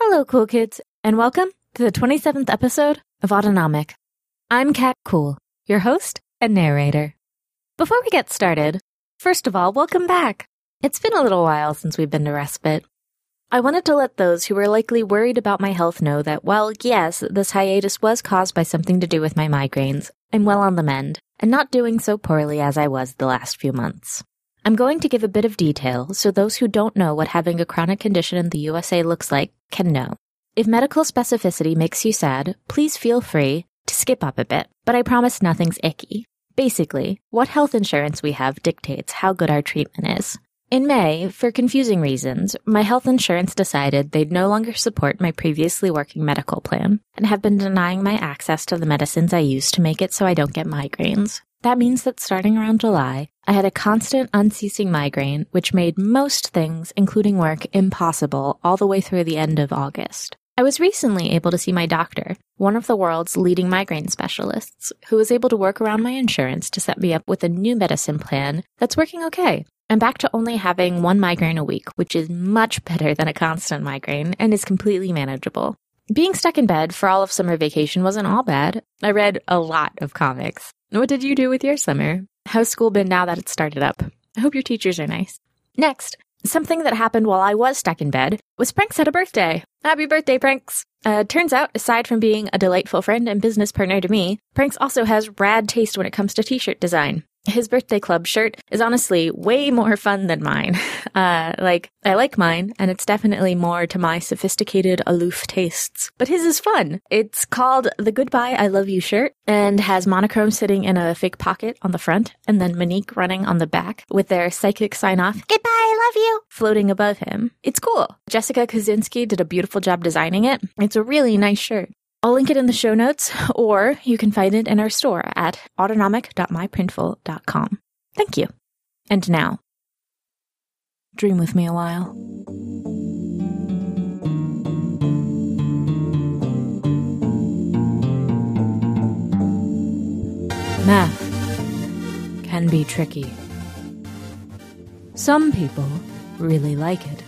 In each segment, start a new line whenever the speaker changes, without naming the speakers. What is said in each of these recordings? Hello, cool kids, and welcome to the 27th episode of Autonomic. I'm Kat Cool, your host and narrator. Before we get started, first of all, welcome back. It's been a little while since we've been to respite. I wanted to let those who were likely worried about my health know that while, yes, this hiatus was caused by something to do with my migraines, I'm well on the mend and not doing so poorly as I was the last few months. I'm going to give a bit of detail so those who don't know what having a chronic condition in the USA looks like can know. If medical specificity makes you sad, please feel free to skip up a bit, but I promise nothing's icky. Basically, what health insurance we have dictates how good our treatment is. In May, for confusing reasons, my health insurance decided they'd no longer support my previously working medical plan and have been denying my access to the medicines I use to make it so I don't get migraines. That means that starting around July, I had a constant, unceasing migraine, which made most things, including work, impossible all the way through the end of August. I was recently able to see my doctor, one of the world's leading migraine specialists, who was able to work around my insurance to set me up with a new medicine plan that's working okay. I'm back to only having one migraine a week, which is much better than a constant migraine and is completely manageable. Being stuck in bed for all of summer vacation wasn't all bad. I read a lot of comics. What did you do with your summer? How's school been now that it's started up? I hope your teachers are nice. Next, something that happened while I was stuck in bed was Pranks had a birthday. Happy birthday, Pranks! Uh, turns out, aside from being a delightful friend and business partner to me, Pranks also has rad taste when it comes to t shirt design. His birthday club shirt is honestly way more fun than mine. Uh, like, I like mine, and it's definitely more to my sophisticated, aloof tastes. But his is fun. It's called the Goodbye I Love You shirt and has monochrome sitting in a fake pocket on the front and then Monique running on the back with their psychic sign off, Goodbye, I love you, floating above him. It's cool. Jessica Kaczynski did a beautiful job designing it. It's a really nice shirt. I'll link it in the show notes, or you can find it in our store at autonomic.myprintful.com. Thank you. And now, dream with me a while. Math can be tricky. Some people really like it.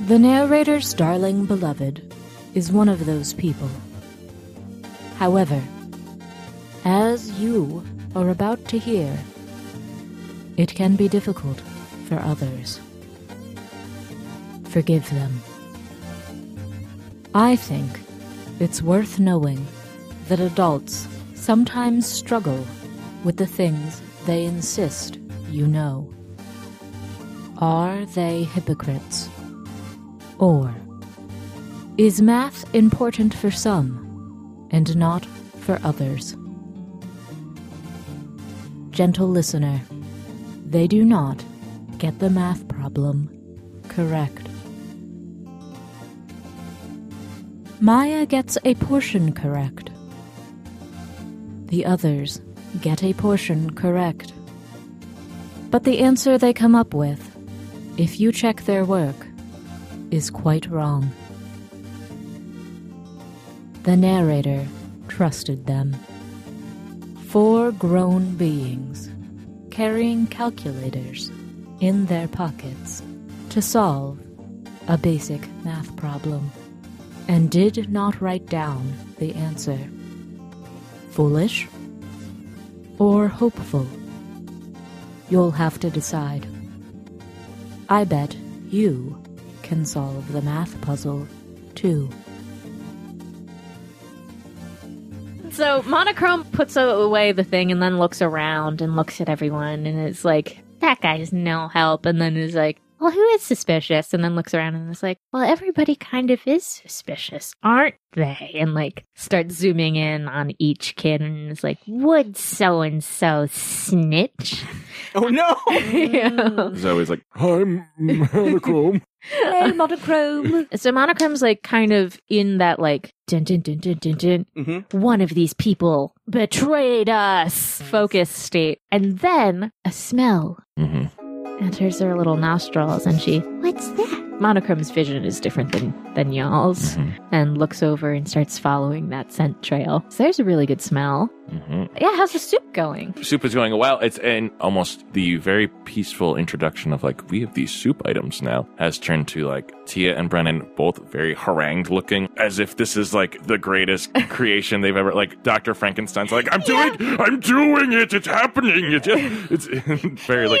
The narrator's darling beloved is one of those people. However, as you are about to hear, it can be difficult for others. Forgive them. I think it's worth knowing that adults sometimes struggle with the things they insist you know. Are they hypocrites? Or is math important for some and not for others? Gentle listener, they do not get the math problem correct. Maya gets a portion correct. The others get a portion correct. But the answer they come up with, if you check their work, is quite wrong. The narrator trusted them. Four grown beings carrying calculators in their pockets to solve a basic math problem and did not write down the answer. Foolish or hopeful? You'll have to decide. I bet you can solve the math puzzle too.
So Monochrome puts away the thing and then looks around and looks at everyone and is like, that guy's no help. And then is like, well, who is suspicious? And then looks around and is like, well, everybody kind of is suspicious, aren't they? And like starts zooming in on each kid and is like, would so and so snitch?
Oh no!
Yeah.
Zoe's like, I'm monochrome.
Hey, monochrome.
So Monochrome's like kind of in that like dun dun dun dun dun dun
mm-hmm.
one of these people betrayed us focus state. And then a smell
Mm-hmm.
enters her little nostrils and she, What's that? Monochrome's vision is different than, than y'all's
Mhm.
and looks over and starts following that scent trail. So there's a really good smell.
Mhm.
Yeah, how's the soup going?
Soup is going well. It's and almost the very peaceful introduction of like we have these soup items now has turned to like Tia and Brennan both very harangued looking as if this is like the greatest creation they've ever like Dr. Frankenstein's like I'm doing I'm doing it it's happening it, it's very like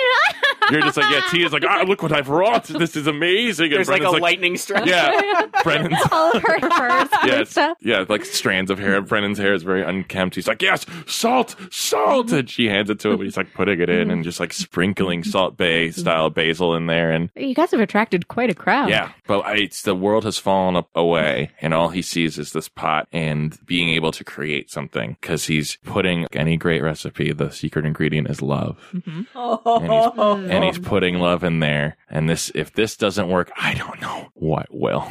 you're just like yeah Tia's like ah, look what I've wrought this is amazing
There's like
and
a
Brennan's
lightning strike.
yeah Brennan's
All of her furs and
Yes.
stuff.
Yeah, like strands of hair. Brennan's hair is very unkempt. He's like, yes, salt, salt. And she hands it to him. and He's like putting it in and just like sprinkling salt bay style basil in there. And
You guys have attracted quite a crowd.
yeah, but I, it's the world has fallen up away and all he sees is this pot and being able to create something because he's putting any great recipe. The secret ingredient is love.
Mhm.
he's- And he's putting love in there. And this, if this doesn't work, I don't know what will.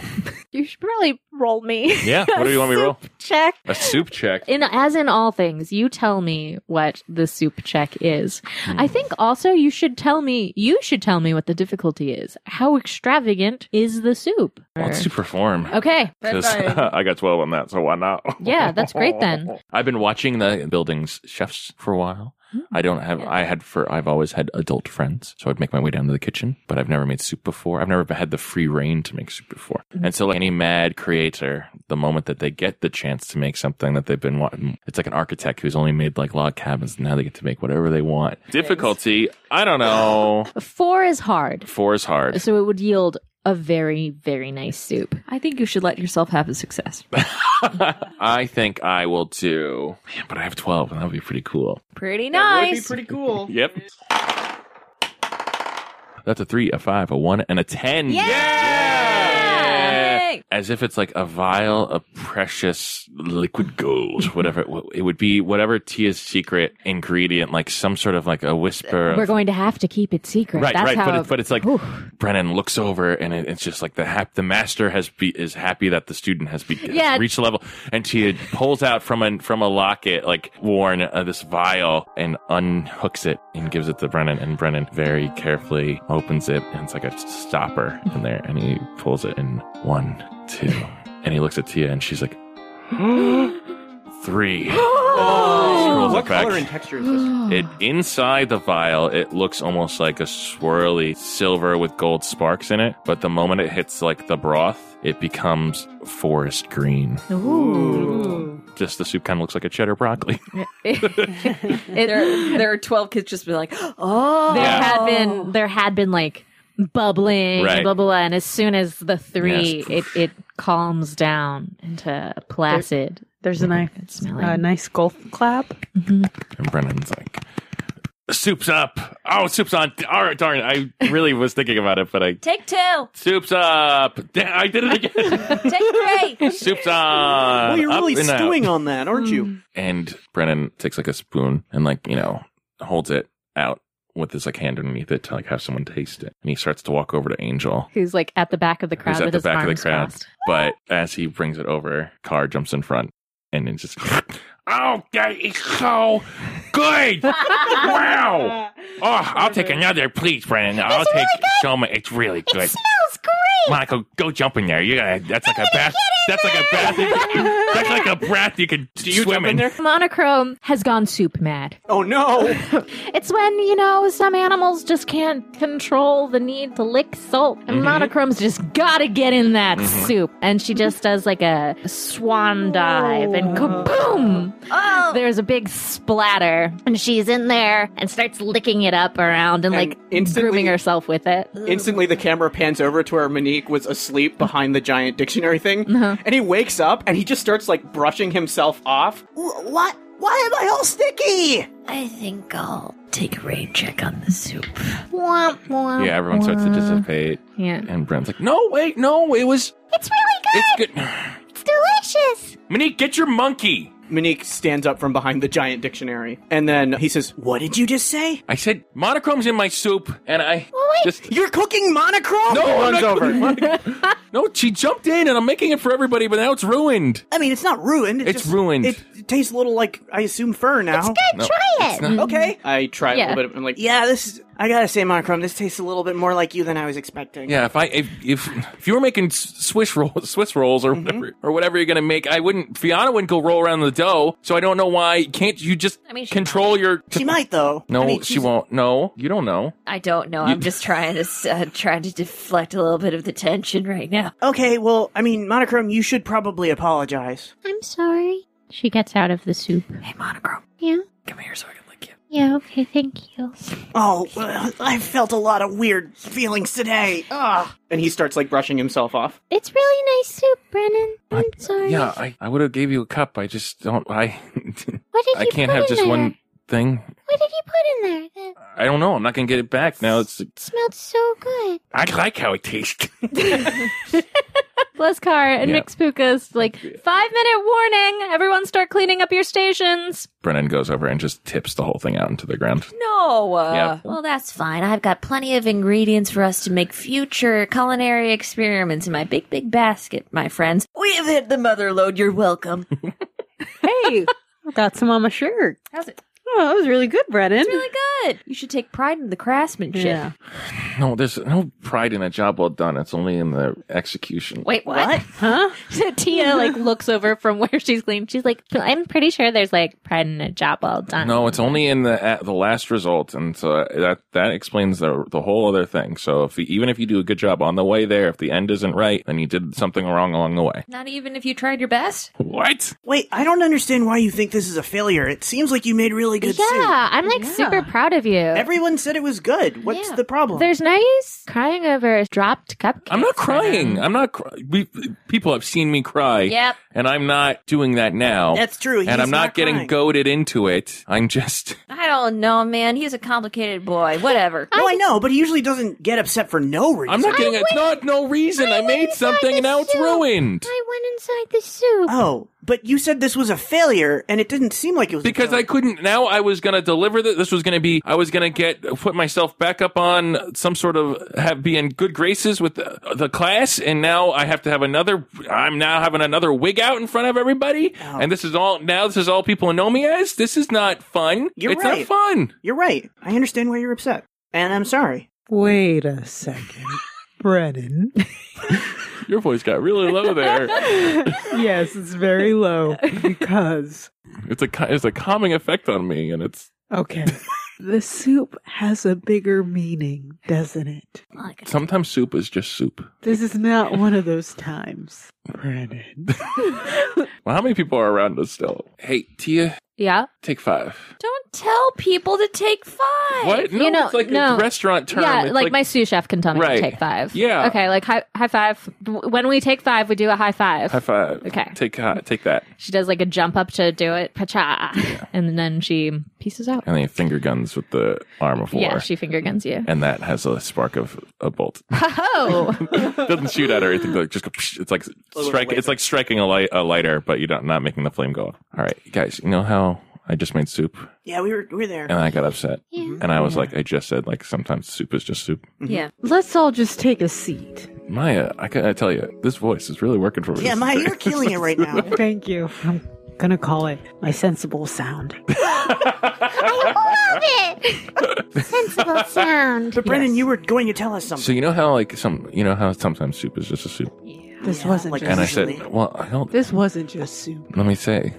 You should probably roll me.
Yeah. What do you want me to roll?
Check.
A soup check.
In as in all things, you tell me what the soup check is.
Hmm.
I think also you should tell me you should tell me what the difficulty is. How extravagant is the soup?
Wants to perform.
Okay.
'Cause I got 12 on that, so why not?
Yeah, that's great then.
I've been watching the building's chefs for a while.
Hmm.
I don't have, I had for, I've always had adult friends, so I'd make my way down to the kitchen, but I've never made soup before. I've never had the free reign to make soup before.
Hmm.
And so, like any mad creator, the moment that they get the chance to make something that they've been wanting, it's like an architect who's only made like log cabins, and now they get to make whatever they want. Difficulty, I don't know.
Four is hard.
Four is hard.
So it would yield a very, very nice soup.
I think you should let yourself have a success.
I think I will do, man, but I have 12, and that would be pretty cool.
Pretty
That would be
nice.
pretty cool.
Yep. That's a three, a five, a one, and a ten. Yeah!
Yay!
As if it's like a vial of precious liquid gold, whatever it, w- it would be, whatever Tia's secret ingredient, like some sort of like a whisper.
We're
of,
going to have to keep it secret.
right,
That's
right.
how
But, it, but it's like
Oof.
Brennan looks over, and it, it's just like the hap- the master has be- is happy that the student has, be- has
Yeah.
reached the level, and Tia pulls out from a from a locket like worn uh, this vial and unhooks it and gives it to Brennan, and Brennan very carefully opens it, and it's like a stopper in there, and he pulls it in one, two, and he looks at Tia, and she's like three.
Oh,
Scrolls
what
it back. Uh,
color and texture is this?
It inside the vial, it looks almost like a swirly silver with gold sparks in it. But the moment it hits like the broth, it becomes forest green.
Ooh.
Just the soup kind of looks like a cheddar broccoli.
there, there are 12 kids just being like, oh.
there had been there had been like bubbling
Right.
blah, blah blah and as soon as the three
Yes.
it it calms down into placid
There's a nice,
It's smelling.
a nice golf clap.
And Brennan's like, "Soup's up! Oh, soup's on! Oh, darn! I really was thinking about it, but I
Take two.
soup's up! Da- I did it again!
Take three.
soup's on!
Well, you're
Up
really
and out. Mm.
stewing on that, aren't you?
And Brennan takes like a spoon and like, you know, holds it out with his like hand underneath it to like have someone taste it. And he starts to walk over to Angel,
who's like at the back of the crowd
who's at
with
the
his
back of
arms
the crowd.
crossed.
But as he brings it over, Car jumps in front and it's just Oh, that is so good! wow! Oh, I'll take another, please, Brennan. I'll take so much. It's really good. It smells great. Monica, go jump in there. You're gonna. That's like a bath. That's like a bath. you can- That's like a breath you could
Do you
swim
jump in there?
monochrome has gone soup mad
Oh no!
it's when you know some animals just can't control the need to lick salt and
Mm-hmm.
monochrome's just gotta get in that soup and she just does like a swan dive and kaboom
Oh.
there's a big splatter and she's in there and starts licking it up around and,
And
like
instantly-
grooming herself with it.
Instantly, the camera pans over to where Monique was asleep behind the giant dictionary thing, and he wakes up and he just starts like brushing himself off. Wh- What? Why am I all sticky?
I think I'll take a rain check on the soup.
Yeah, everyone starts to dissipate.
Yeah.
And Brent's like, no, wait, no, it was. It's really good. It's good. It's delicious. Monique, get your monkey.
Monique stands up from behind the giant dictionary, and then he says, "What did you just say?
I said monochrome's in my soup, and I just.
You're cooking monochrome?"
No,
He
I'm
runs
not
over.
No, she jumped in, and I'm making it for everybody, but now it's ruined.
I mean, it's not ruined.
It's ruined.
It, it tastes a little like I assume fur now.
Try it.
Mm-hmm.
Okay. I try a
Yeah.
little bit. Of, I'm like, yeah, this is
I gotta say, Monochrome, this tastes a little bit more like you than I was expecting.
Yeah, if I if if, if you were making s- Swiss rolls, Swiss rolls or
Mm-hmm.
whatever or whatever you're gonna make, I wouldn't. Fiona wouldn't go roll around the dough. So I don't know why can't you just
I mean, she
control your.
She might though.
no,
I mean,
she
she's-
won't. No, you don't know.
I don't know. I'm just trying to s- uh, trying to deflect a little bit of the tension right now.
Okay, well, I mean, Monochrome, you should probably apologize.
I'm sorry. She gets out of the soup.
Hey, monochrome,
Yeah.
come here so I can lick you.
Yeah, okay, thank you.
Oh, uh, I felt a lot of weird feelings today. Ugh. And he starts like brushing himself off.
It's really nice soup, Brennan.
I-
I'm sorry.
Yeah, I I would have gave you a cup. I just don't. I
what did
I
you
can't
put
have
in
just
there?
one thing.
What did you put in there? That
I don't know. I'm not gonna get it back now. It's
smelled so good.
I like how it tastes.
Bleskar and
Yeah.
Mixpuka's like five minute warning. Everyone, start cleaning up your stations.
Brennan goes over and just tips the whole thing out into the ground.
No. Uh,
Yeah.
Well, that's fine. I've got plenty of ingredients for us to make future culinary experiments in my big, big basket, my friends. We have hit the mother load. You're welcome.
Hey, I got some on my shirt.
How's it?
Oh, that was really good, Brennan.
Really good. You should take pride in the craftsmanship.
yeah.
No, there's no pride in a job well done. It's only in the execution.
Wait, what?
Huh?
So Tia like looks over from where she's cleaning. She's like, I'm pretty sure there's like pride in a job well done.
No, it's only in the at the last result, and so uh, that that explains the the whole other thing. So if you, even if you do a good job on the way there, if the end isn't right, then you did something wrong along the way.
Not even if you tried your best.
What?
Wait, I don't understand why you think this is a failure. It seems like you made really good
yeah,
soup.
I'm like super proud of you.
Everyone said it was good. What's
Yeah.
the problem?
There's no use crying over a dropped cupcake.
I'm not crying. I'm not. Cry- we people have seen me cry.
Yep.
And I'm not doing that now.
That's true. He's
and I'm not, getting
crying.
goaded into it. I'm just.
I don't know, man. He's a complicated boy. Whatever.
No, I know, but he usually doesn't get upset for no reason.
I'm not getting. It's not no reason. I, made something and now it's ruined.
I went inside the soup.
Oh, but you said this was a failure, and it didn't seem like it was a
because I
failure.
couldn't. Now I was gonna deliver this. This was gonna be. I was gonna get put myself back up on some sort of have be in good graces with the, the class, and now I have to have another. I'm now having another wig out in front of everybody,
Oh.
and this is all now. This is all people know me as. This is not fun.
You're
it's
right.
not fun.
You're right. I understand why you're upset, and I'm sorry.
Wait a second. Brennan.
Your voice got really low there.
yes, it's very low because
it's a ca- it's a calming effect on me, and it's
okay. The soup has a bigger meaning, doesn't it?
Look,
sometimes soup is just soup.
This is not one of those times. Brennan.
Well, how many people are around us still? Hey, Tia,
Yeah.
take five.
don't tell people to take five.
What? No,
You know,
it's like
no.
a restaurant term.
Yeah,
It's
like, my sous chef can tell me
Right.
to take five.
Yeah.
Okay, like high, high five. When we take five, we do a high five.
High five.
Okay.
Take uh, take that.
She does like a jump up to do it, pacha, and then she pieces out.
And then finger guns with the arm of war.
Yeah, she finger guns you.
and that has a spark of a bolt.
Oh,
Doesn't shoot at her or anything. Like just go, psh, it's like strike. It's like striking a light a lighter, but you're not not making the flame go off. All right, guys. You know how I just made soup
Yeah, we were we were there.
and I got upset,
Mm-hmm.
Yeah.
and I was like, I just said like sometimes soup is just soup.
Yeah.
Let's all just take a seat.
Maya, I gotta tell you, this voice is really working for me.
yeah, Maya, you're killing it right now.
Thank you. I'm gonna call it my sensible sound.
sensible sound.
But Brendan, you were going to tell us something.
So you know how like some you know how sometimes soup is just a soup,
This wasn't
like-
just
and I
Usually.
said, well, I don't.
this wasn't just soup.
Let me say,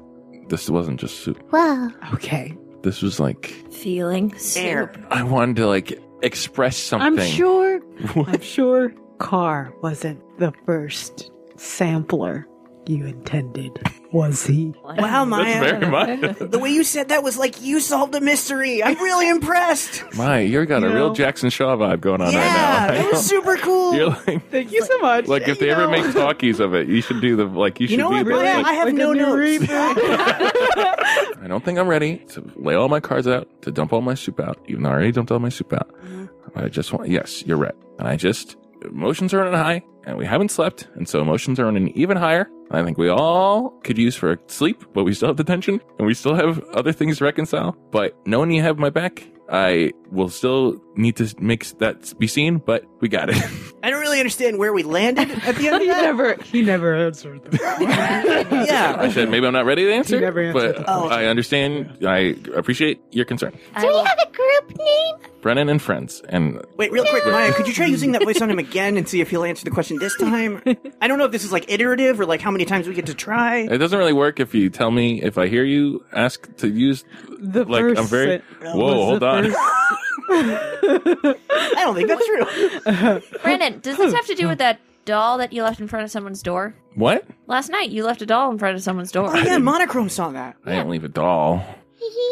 this wasn't just soup.
Wow.
Okay.
This was like
Feeling
Air.
soup.
I wanted to like express something.
I'm sure I'm sure Carr wasn't the first sampler you intended, was he?
Wow,
That's
Maya.
very much.
The way you said that was like you solved a mystery. I'm really impressed.
My, you're got a
You
real
know?
Jackson Shaw vibe going on
yeah,
right now.
that was super cool.
You're like,
Thank you so much.
like if they ever make talkies of it, you should do the like. You should
You know
be
what,
the,
Maya?
like,
I have no notes.
I don't think I'm ready to lay all my cards out to dump all my soup out, even though I already dumped all my soup out.
Mm-hmm.
I just want. Yes, you're right. And I just emotions are on a high, and we haven't slept, and so emotions are on an even higher. I think we all could use for sleep, but we still have the tension, and we still have other things to reconcile. But knowing you have my back, I will still need to make that be seen. But We got it.
I don't really understand where we landed at the end
he
of that.
never he never answered that.
I
yeah.
said maybe I'm not ready to answer,
never answered
but
the
I understand. I appreciate your concern.
Do we have a group name?
Brennan and friends, and
Wait, real quick, Maya, could you try using that voice on him again and see if he'll answer the question this time? I don't know if this is like iterative or like how many times we get to try.
it doesn't really work if you tell me if I hear you ask to use.
The
Like
first
I'm very.
sen- was
Whoa, hold
the
on.
I don't think that's true.
Brandon, does this have to do with that doll that you left in front of someone's door?
what?
Last night, you left a doll in front of someone's door.
Oh yeah, monochrome Uh, saw that.
I didn't leave a doll.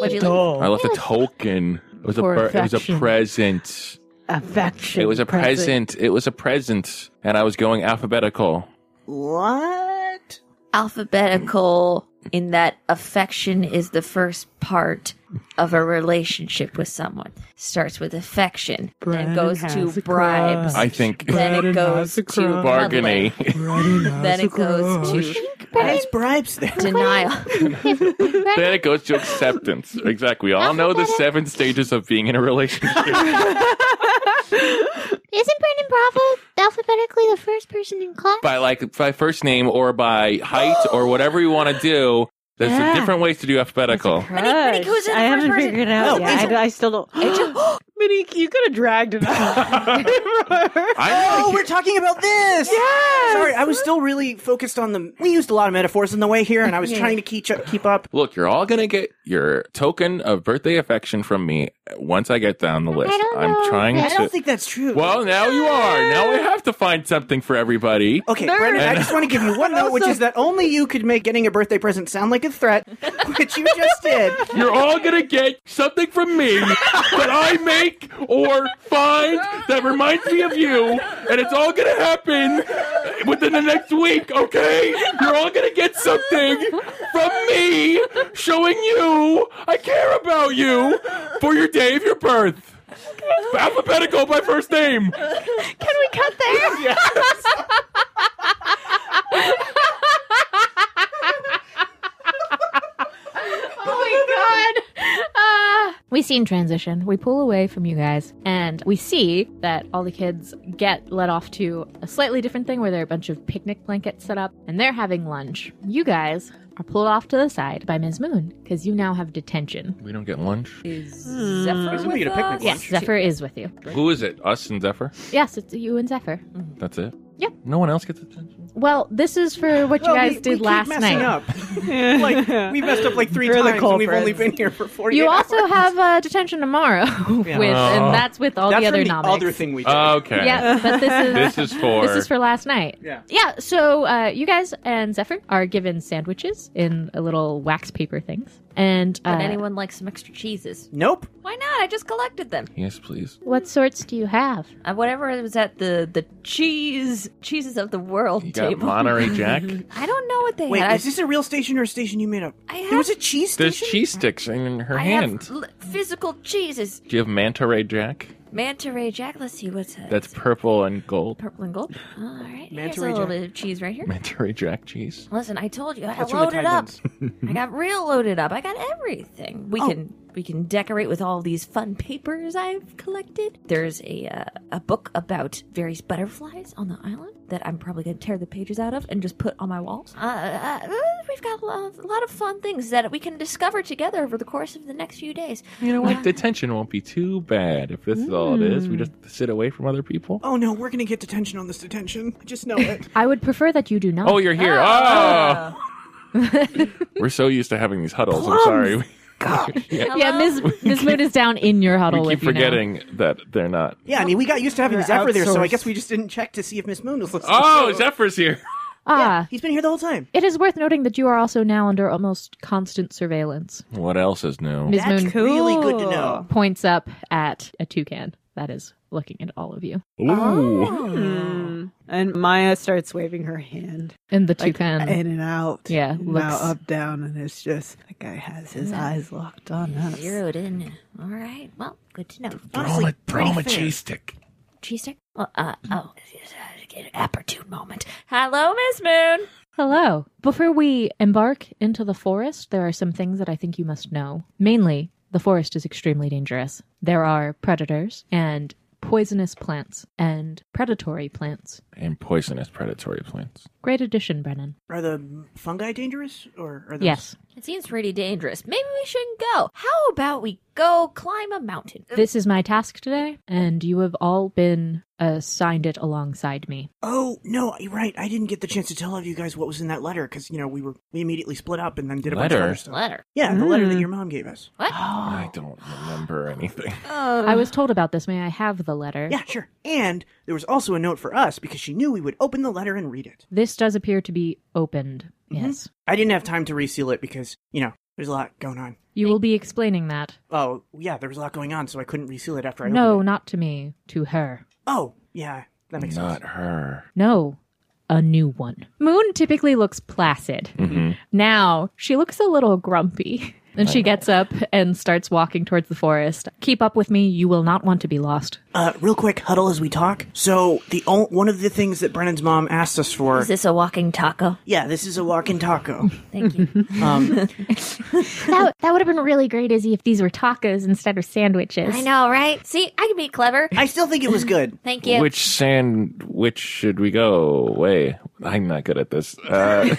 What'd you leave?
Doll.
I left a token. It was a
For
bur- it was a
affection.
present.
Affection.
It was a present. It was a present, and I was going alphabetical.
What?
Alphabetical in that affection is the first part of a relationship with someone. Starts with affection, then
Brandon
it goes
has
to
a
bribes.
crush.
I think
Then it
Brandon
goes
has a
to
crush.
bargaining.
Then it goes to
There's bribes there.
denial.
then it goes to acceptance. Exactly. We all know the seven stages of being in a relationship.
Isn't Brandon Bravo alphabetically the first person in class?
by like by first name or by height or whatever you want to do. There's
Yeah.
different ways to do alphabetical.
Minnie goes in
I
the first
haven't
person.
figured it out.
No,
yet.
Angel-
I, I still don't. Monique, you could have dragged it out.
I
Oh,
really
we're talking about this.
Yes!
Sorry, I was still really focused on the. We used a lot of metaphors in the way here, and I was trying to keep up, keep up.
Look, you're all gonna get your token of birthday affection from me once I get down the list.
don't
I'm
know
trying
if
I don't
to.
think that's true.
Well, now you are. Now we have to find something for everybody.
Okay, Brendan, I
And-
just want to give you one note, which is that only you could make getting a birthday present sound like a threat, which you just did.
You're all gonna get something from me that I make or find that reminds me of you, and it's all gonna happen within the next week, okay? You're all gonna get something from me showing you I care about you for your day of your birth. Alphabetical by first name.
Can we cut there? oh my god. Uh, we see in transition, we pull away from you guys, and we see that all the kids get led off to a slightly different thing where there are a bunch of picnic blankets set up and they're having lunch. You guys are pulled off to the side by Ms. Moon because you now have detention.
We don't get lunch.
Zephyr
Isn't it
with
a picnic
us?
lunch?
Zephyr is with you.
Who is it? Us and Zephyr?
Yes, it's you and Zephyr.
That's it.
Yep.
No one else gets attention.
Well, this is for what you
Well,
guys
we-
did
we
last
keep messing
night.
Up. Like we messed up like 3
We're the
times, and we've only
culprits.
been here for forty.
You also have uh, detention tomorrow with,
Oh.
and that's with all
that's
the other
from the
nomics.
other thing we did.
Okay.
Yeah, but this is
This is for.
this is for last night.
Yeah.
Yeah, so uh, you guys and Zephyr are given sandwiches in a little wax paper things, and uh,
Would anyone like some extra cheeses?
nope.
Why not? I just collected them.
yes, please.
what sorts do you have?
Uh, whatever was at the the cheese cheeses of the world
You got
table.
Monterey Jack.
I don't know what they
Wait,
had.
is this a real station or a station you made up?
I
There
have,
was a cheese
There's
station.
cheese sticks in her
I
hand.
have l- physical cheeses.
Do you have Manta Ray Jack?
Manta Ray Jack. Let's see what's that.
That's purple and gold.
purple and gold. All right, here's
Manta
a
Ray
little
Jack.
bit of cheese right here.
Manta Ray Jack cheese.
Listen, I told you I
That's from the
loaded
Thai
up.
ones.
I got real loaded up. I got everything. We can we can decorate with all these fun papers I've collected. There's a uh, a book about various butterflies on the island that I'm probably going to tear the pages out of and just put on my walls. Uh, uh, uh, we've got a lot, a lot of fun things that we can discover together over the course of the next few days.
You know what? Detention won't be too bad if this is all it is. We just sit away from other people.
Oh no, we're gonna get detention on this detention. I just know it.
I would prefer that you do not.
Oh, you're here. Oh! We're so used to having these huddles. I'm sorry. We
yeah, Ms. Ms. Moon is down in your huddle. with
keep
you now.
forgetting that they're not.
Yeah, I mean, we got used to having Zephyr there, so I
outsourced.
guess we just didn't check to see if Miss Moon was listening.
Oh,
So-
Zephyr's here.
Ah,
He's been here the whole time.
it is worth noting that you are also now under almost constant surveillance.
What else is new?
Ms.
That's
Moon
really good to know.
points up at a toucan that is looking at all of you,
Ooh.
Hmm. And Maya starts waving her hand
and the
like,
toucan.
in and out.
Yeah,
in and
looks-
out, up, down, and it's just the guy has his eyes locked on us.
Zeroed in. All right. Well, good to know.
Honestly,
throw
pretty
him a
fair.
cheese stick.
Cheese stick. Well, uh, oh, opportune moment. Hello, Miss Moon.
Hello. Before we embark into the forest, there are some things that I think you must know. Mainly, the forest is extremely dangerous. There are predators and poisonous plants and predatory plants.
and poisonous predatory plants.
Great addition, Brennan.
Are the fungi dangerous, or are those?
Yes.
It seems pretty dangerous. Maybe we shouldn't go. How about we go climb a mountain?
This is my task today, and you have all been assigned it alongside me.
Oh no, you're right. I didn't get the chance to tell all of you guys what was in that letter because you know we were we immediately split up and then did a bunch of
Letter?
other stuff.
letter.
Yeah, the letter that your mom gave us.
I don't remember anything.
I was told about this. May I have the letter?
Yeah, sure. And there was also a note for us because she knew we would open the letter and read it.
This does appear to be opened. Yes.
I didn't have time to reseal it because you know there's a lot going on.
You will be explaining that.
Oh yeah, there was a lot going on, so I couldn't reseal it after I
No,
opened it.
not to me, to her.
Oh yeah, that makes
Not
sense.
her.
No, a new one. Moon typically looks placid.
Mhm.
Now she looks a little grumpy. And she gets up and starts walking towards the forest. Keep up with me. You will not want to be lost.
Uh, real quick, huddle as we talk. So the o- one of the things that Brennan's mom asked us for.
Is this a walking taco?
yeah, this is a walking taco.
Thank you.
Um,
That, that would have been really great, Izzy, if these were tacos instead of sandwiches.
I know, right? See, I can be clever.
I still think it was good.
Thank you.
Which sand? Which should we go? Way. I'm not good at this. Uh,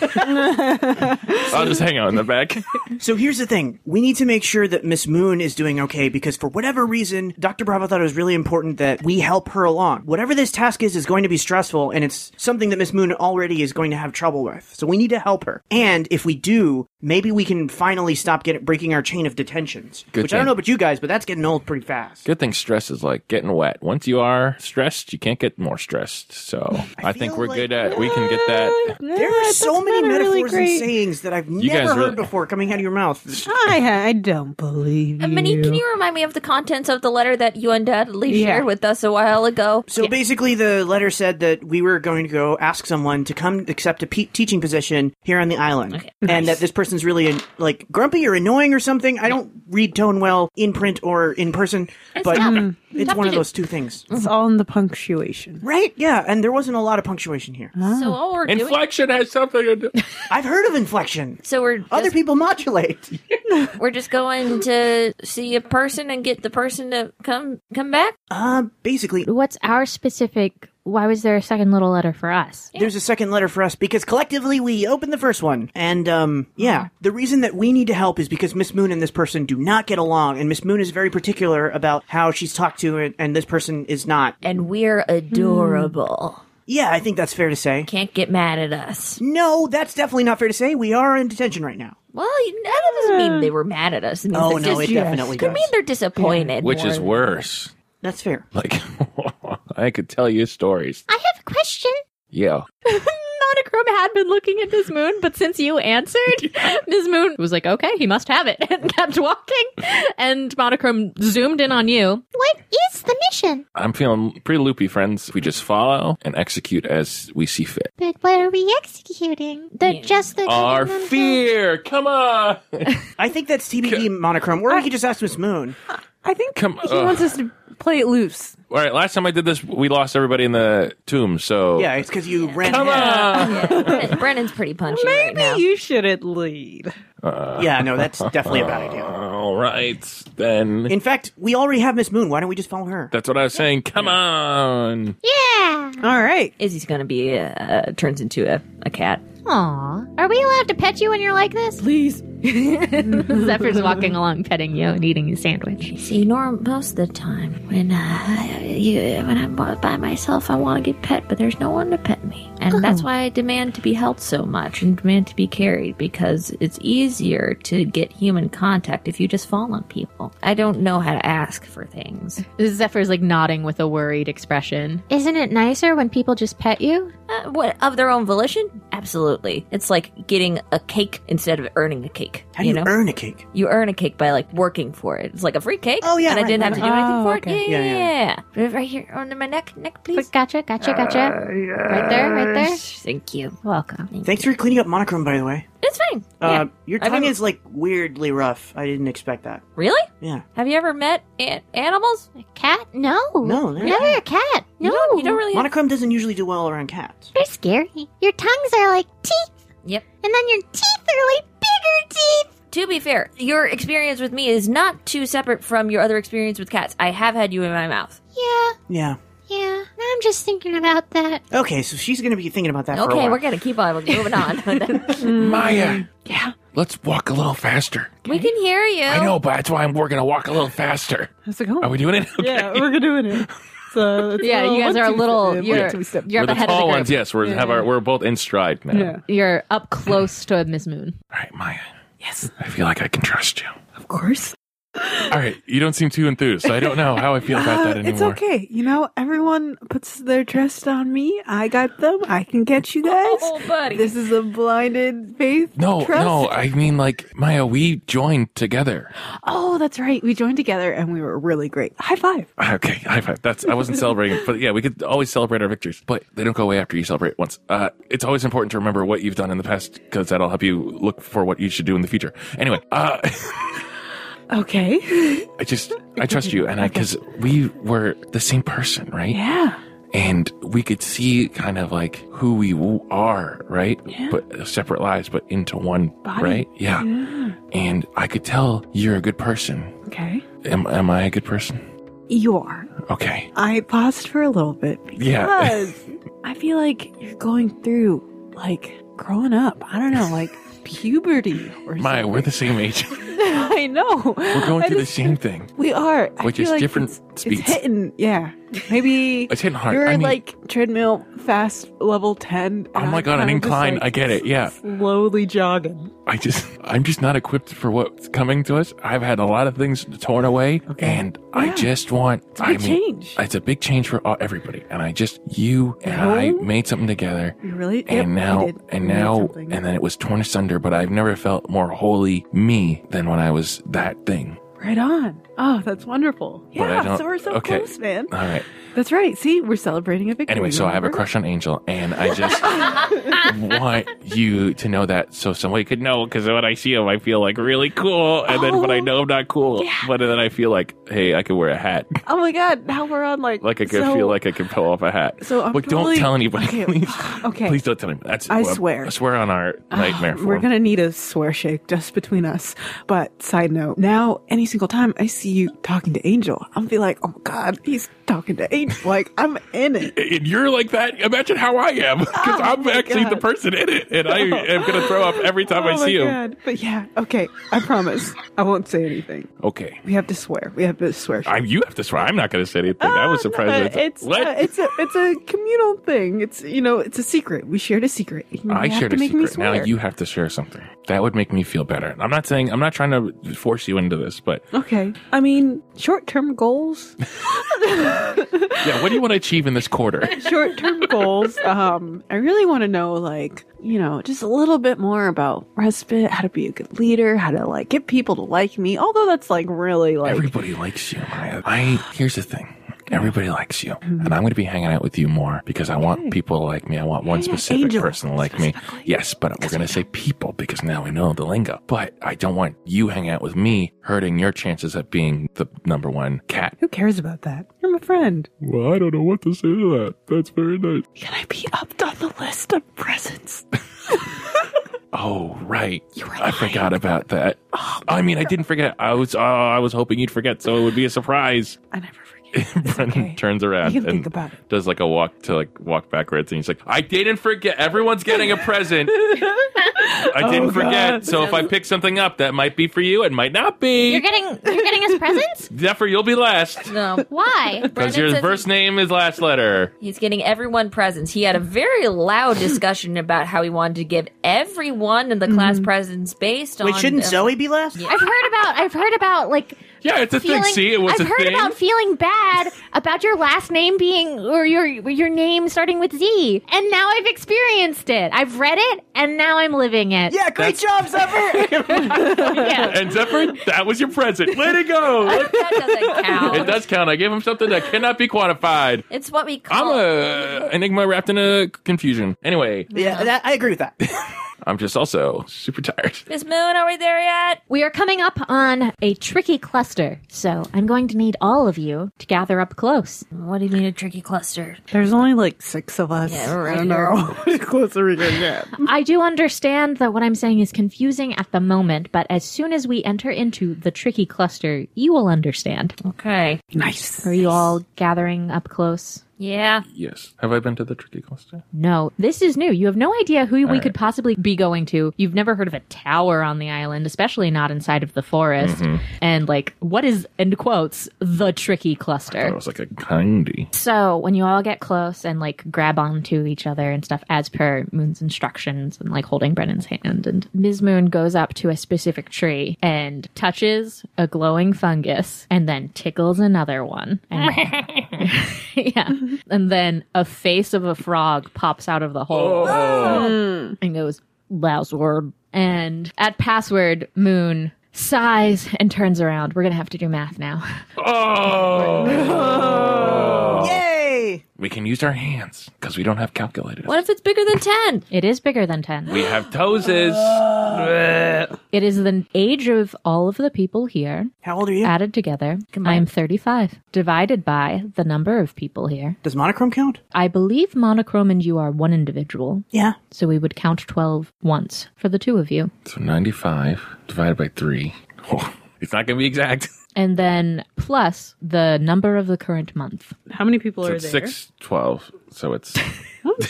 I'll just hang out in the back.
So here's the thing. We need to make sure that Miss Moon is doing okay because for whatever reason, Dr. Bravo thought it was really important that we help her along. Whatever this task is is going to be stressful and it's something that Miss Moon already is going to have trouble with. So we need to help her. And if we do, maybe we can finally stop get, breaking our chain of detentions.
Good
which I don't
thing.
know about you guys, but that's getting old pretty fast.
Good thing stress is like getting wet. Once you are stressed, you can't get more stressed. So I, think
feel
we're
like-
good at. We can get that.
There are so many metaphors
great.
and sayings that I've
guys
never heard
really-
before coming out of your mouth.
I, I don't believe
Uh, Minnie, can you remind me of the contents of the letter that you undoubtedly shared with us a while ago?
So basically, the letter said that we were going to go ask someone to come accept a pe- teaching position here on the island, and that this person's really like grumpy or annoying or something. I don't read tone well in print or in person, but it's one of those two things,
It's all in the punctuation.
right? Yeah, and there wasn't a lot of punctuation here.
So all we're doing,
Inflection has something to do.
I've heard of inflection.
so we're
Other
just,
people modulate.
we're just going to see a person and get the person to come come back.
Uh, basically,
What's our specific? Why was there a second little letter for us?
There's a second letter for us because collectively we opened the first one. And um yeah, the reason that we need to help is because Miss Moon and this person do not get along and Miss Moon is very particular about how she's talked to it and this person is not.
And we're adorable.
Yeah, I think that's fair to say.
Can't get mad at us.
No, that's definitely not fair to say. We are in detention right now.
Well, you- that doesn't mean they were mad at us. It means
Hmm. Oh,
it's
no,
just-
it definitely
could
does.
mean they're disappointed.
Which
more
is
than-
worse.
That's fair.
Like I could tell you stories.
I have a question.
Yeah.
Monochrome had been looking at Ms. Moon, but since you answered, Ms. Moon was like, okay, he must have it, and kept walking. And Monochrome zoomed in on you. What is the mission?
I'm feeling pretty loopy, friends. We just follow and execute as we see fit.
But what are we executing? The, Just the.
Our fear. Come on.
I think that's TBD monochrome. Or we could just ask Miss Moon.
I think
Come-
he
ugh.
wants us to play it loose.
All right. Last time I did this, we lost everybody in the tomb. So
Yeah, it's because you ran.
Come
ahead.
on.
Brennan- Brennan's pretty punchy right now.
you shouldn't lead.
Yeah, no, that's definitely a bad idea.
All right. Then.
In fact, we already have Miss Moon. Why don't we just follow her?
That's what I was saying. Come on.
All right.
Izzy's gonna be uh, uh, turns into a, a cat.
Aw. Are we allowed to pet you when you're like this? Please. Zephyr's walking along, petting you and eating his sandwich.
See, Norm, most of the time when uh, you, when I'm by by myself, I want to get pet, but there's no one to pet me, and
Oh.
that's why I demand to be held so much and demand to be carried because it's easier to get human contact if you just fall on people. I don't know how to ask for things.
Zephyr's like nodding with a worried expression. Isn't it nicer when people just pet you?
Uh, what of their own volition? Absolutely. It's like getting a cake instead of earning a cake.
How do you,
know,
earn a cake?
you earn a cake by like working for it. It's like a free cake.
Oh, yeah,
and I
right,
didn't
right,
have to do
right.
anything
Oh,
for it.
okay.
Yeah,
Yeah,
yeah,
yeah,
yeah. Right here under my neck, neck, please.
Gotcha, gotcha, gotcha. Right there, right there.
Thank you.
Welcome.
Thanks for cleaning up monochrome, by the way.
It's fine.
Uh,
Yeah.
your
I
tongue
mean-
is like weirdly rough. I didn't expect that.
Really?
Yeah.
Have you ever met an- animals?
Cat? No.
No, they're
Never
not.
a cat. No.
You don't, you don't really.
Monochrome doesn't usually do well around cats.
They're scary. Your tongues are like teeth,
Yep.
and then your teeth are like bigger teeth.
to be fair, your experience with me is not too separate from your other experience with cats. I have had you in my mouth.
Yeah,
Yeah.
yeah. I'm just thinking about that.
Okay, so she's going to be thinking about that for a
Okay,
while.
we're gonna keep on. We're moving on.
Maya. Yeah. Let's walk a little faster.
we can hear you.
I know, but that's why I'm, we're going to walk a little faster.
How's it going?
Are we doing it? Okay.
Yeah, we're doing it. So it's
Yeah,
a
you guys
one,
are a
two
little-
step in,
you're-
one, two step
you're
We're
up
the
ahead of the
tall
group.
ones, yes. We're have our we're both in stride now.
Yeah.
You're up close to Miss Moon.
All right, Maya.
Yes,
I feel like I can trust you.
of course.
All right, you don't seem too enthused, so I don't know how I feel about that
Uh,
anymore.
it's okay. You know, everyone puts their trust on me. I got them. I can get you guys.
Oh, buddy.
This is a blinded faith.
No,
trust.
no, I mean like Maya, we joined together.
Oh, that's right. We joined together and we were really great. High five.
Okay, high five. That's I wasn't celebrating, but yeah, we could always celebrate our victories, but they don't go away after you celebrate once. Uh, it's always important to remember what you've done in the past because that'll help you look for what you should do in the future. Anyway, uh,
Okay.
I just I trust you, and I because we were the same person, right?
Yeah.
and we could see kind of like who we w- are, right? But separate lives, but into one,
Body.
right? Yeah. And I could tell you're a good person.
Okay.
Am, am I a good person?
You are.
Okay.
I paused for a little bit because
Yeah.
I feel like you're going through like growing up. I don't know, like puberty or
Maya,
something.
we're the same age.
I know.
we're going through the same thing.
We are. I
Which
feel
is
like
different
it's, it's
speeds.
hitting, yeah. Maybe
It's hitting hard.
you're
I mean,
like treadmill fast level ten. and
Oh my
I'm
God, an
kind of just,
incline.
like,
I get it, yeah.
slowly jogging.
I just, I'm just not equipped for what's coming to us. I've had a lot of things torn away, and I
Yeah.
just want.
a
I
big
mean,
change.
It's a big change for all, everybody, and I just you and I
No.
made something together.
You really?
and
Yep, we
now
did.
and
We made
now
something.
and then it was torn asunder but i've never felt more wholly me than when i was that thing
right on. Oh, that's wonderful.
But I
Yeah,
don't-
so we're so
okay.
close, man.
all right
That's right. See, we're celebrating a victory.
anyway so i have a
remember?
crush on angel and i just want you to know that so somebody could know because when i see him i feel like really cool and then
Oh,
but i know i'm not cool but then i feel like hey i could wear a hat
Oh my god! Now we're on like
like i could
so-
feel like i could pull off a hat
So I'm
but
totally-
don't tell anybody
Okay,
please
okay.
please don't tell anybody that's
I
well,
swear.
i swear on our nightmare
We're
form.
gonna need a swear shake just between us. But side note, now any single time I see you talking to Angel, I'm be like, oh my god, he's talking to Angel. Like I'm in it.
and you're like that, imagine how I am because I'm actually
Oh God.
the person in it, and I am gonna throw up every time
oh
I see
my
him.
god! But yeah, okay, I promise I won't say anything.
Okay,
We have to swear. We have to swear.
I, you have to swear. I'm not gonna say anything. I was surprised.
Uh,
that-
it's
what?
uh, it's a it's a communal thing. It's you know it's a secret. We shared a secret. You
I
have
shared
to
a
make me
secret. Now
swear.
you have to share something. That would make me feel better. I'm not saying I'm not trying to force you into this, but
Okay. I mean, short term goals.
yeah, what do you want to achieve in this quarter?
short term goals. Um, I really want to know, like, you know, just a little bit more about respite, how to be a good leader, how to like get people to like me. Although that's like really like,
Everybody likes you, Maya. I here's the thing. Everybody likes you,
Mm-hmm.
and I'm going to be hanging out with you more because I want people to like me. I want one
Yeah, yeah,
specific
Angel
person to like me. Yes, but we're going to say people because now we know the lingo. But I don't want you hanging out with me, hurting your chances at being the number one cat.
who cares about that? You're my friend.
Well, I don't know what to say to that. That's very nice.
Can I be up on the list of presents?
Oh, right. I forgot about that.
Oh,
I mean, I didn't forget. I was oh, I was hoping you'd forget, so it would be a surprise.
I never forget.
Brendan
okay.
turns around
You can
and
think about it.
does like a walk to like walk backwards, and he's like, "I didn't forget. Everyone's getting a present. I didn't
Oh,
forget. So if I pick something up, that might be for you. It might not
You're
be.
getting you're getting us presents.
Therefore, you'll be last
no,
Why?
because
Brendan
your
says
first name is last letter.
He's getting everyone presents. He had a very loud discussion about how he wanted to give everyone in the class presents based on.
Wait, shouldn't
uh,
Zoe be last?
I've heard about I've heard about like
Yeah, it's a
feeling.
thing. See, it was
I've
a
heard
thing.
about feeling bad about your last name being or your your name starting with Z, and now I've experienced it. I've read it, and now I'm living it.
Yeah, great job, Zephyr!
Yeah.
and Zephyr, that was your present. Way to go!
That doesn't count.
it does count. I gave him something that cannot be quantified.
It's what we
I'm
call.
a enigma wrapped in a confusion. Anyway,
yeah, that, I agree with that.
I'm just also super tired.
Miss Moon, are we there yet?
We are coming up on a tricky cluster, so I'm going to need all of you to gather up close.
What do you mean a tricky cluster?
There's only like six of us.
Yeah, right
I don't know. How close are we going to get?
I do understand that what I'm saying is confusing at the moment, but as soon as we enter into the tricky cluster, you will understand.
Okay.
Nice.
Are you all gathering up close?
Yeah.
Yes. Have I been to the tricky cluster?
No, this is new. You have no idea who we
right.
could possibly be going to. You've never heard of a tower on the island, especially not inside of the forest. And like, what is, end quotes, the tricky cluster?
That was like a kindy.
So when you all get close and like grab onto each other and stuff, as per Moon's instructions, and like holding Brennan's hand, and Ms. Moon goes up to a specific tree and touches a glowing fungus, and then tickles another one, and yeah, and then a face of a frog pops out of the hole and goes password. And at password, Moon sighs and turns around. We're gonna have to do math now.
Yay!
Oh! We can use our hands because we don't have calculators.
What if it's bigger than 10?
It is bigger than ten.
We have toeses. Bleh.
It is the age of all of the people here
How old are you?
added together. I'm 35, divided by the number of people here.
Does monochrome count?
I believe monochrome and you are one individual,
Yeah.
so we would count 12 once for the two of you.
so 95 divided by 3. Oh, it's not going to be exact.
And then plus the number of the current month.
How many people
So
are
it's
there?
612. So it's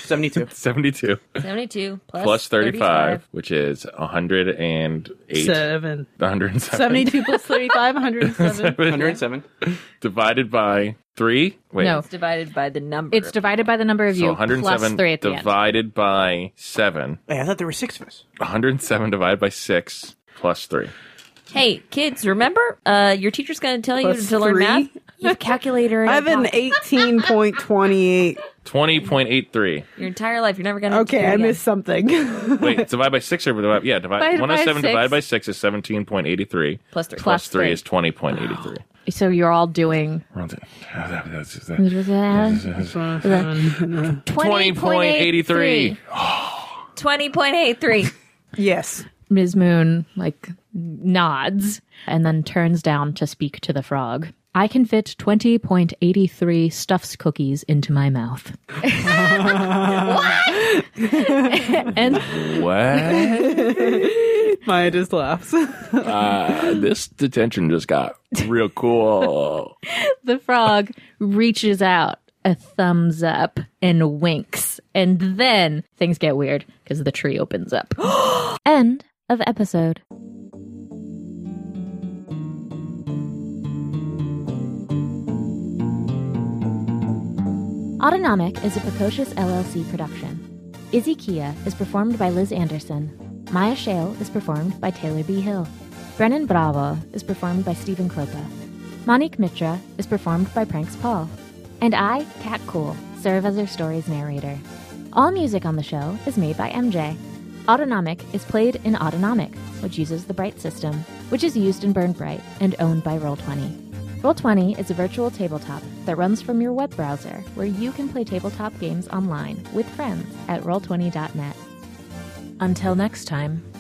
72.
72
72 plus,
plus 35, which is 108.
Seven.
107.
72 plus 35, 107.
107.
divided by 3. Wait.
No.
It's divided by the number.
It's divided by the number of
So
you plus
107
three at the end.
divided by 7.
Wait, I thought there were six of us.
107 divided by 6 plus 3.
hey, kids, remember? Uh, your teacher's going to tell you
Plus
to learn
three?
math. You have a calculator. in
I have
your
an
pocket
18.28.
20.83.
Your entire life, you're never going to.
Okay, I missed something.
Wait, divide by 6 or divide? Yeah, divide,
Divided by
107 divided
six.
by 6 is 17.83.
Plus three.
plus three,
three.
is twenty point eighty three.
So you're all doing
Twenty point eighty three.
20.83.
yes.
Ms. Moon like nods and then turns down to speak to the frog. I can fit 20.83 stuffs cookies into my mouth. what? and
What?
Maya just laughs.
Uh, this detention just got real cool.
the frog reaches out a thumbs up and winks. And then things get weird because the tree opens up. End of episode. Autonomic is a precocious LLC production. Izzy Kia is performed by Liz Anderson. Maya Shale is performed by Taylor B. Hill. Brennan Bravo is performed by Stephen Kropa. Monique Mitra is performed by Pranks Paul. And I, Kat Cool, serve as our story's narrator. All music on the show is made by MJ. Autonomic is played in Autonomic, which uses the Bright system, which is used in Burn Bright and owned by Roll20. Roll20 is a virtual tabletop that runs from your web browser where you can play tabletop games online with friends at roll20.net. Until next time.